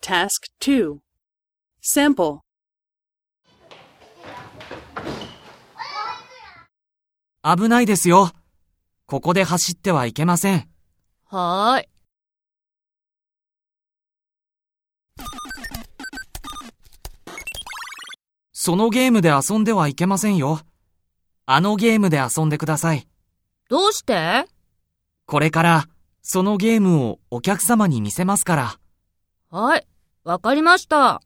Task 2 Sample 危ないですよ。ここで走ってはいけません。はーい。そのゲームで遊んではいけませんよ。あのゲームで遊んでください。どうしてこれから、そのゲームをお客様に見せますから。はい。わかりました。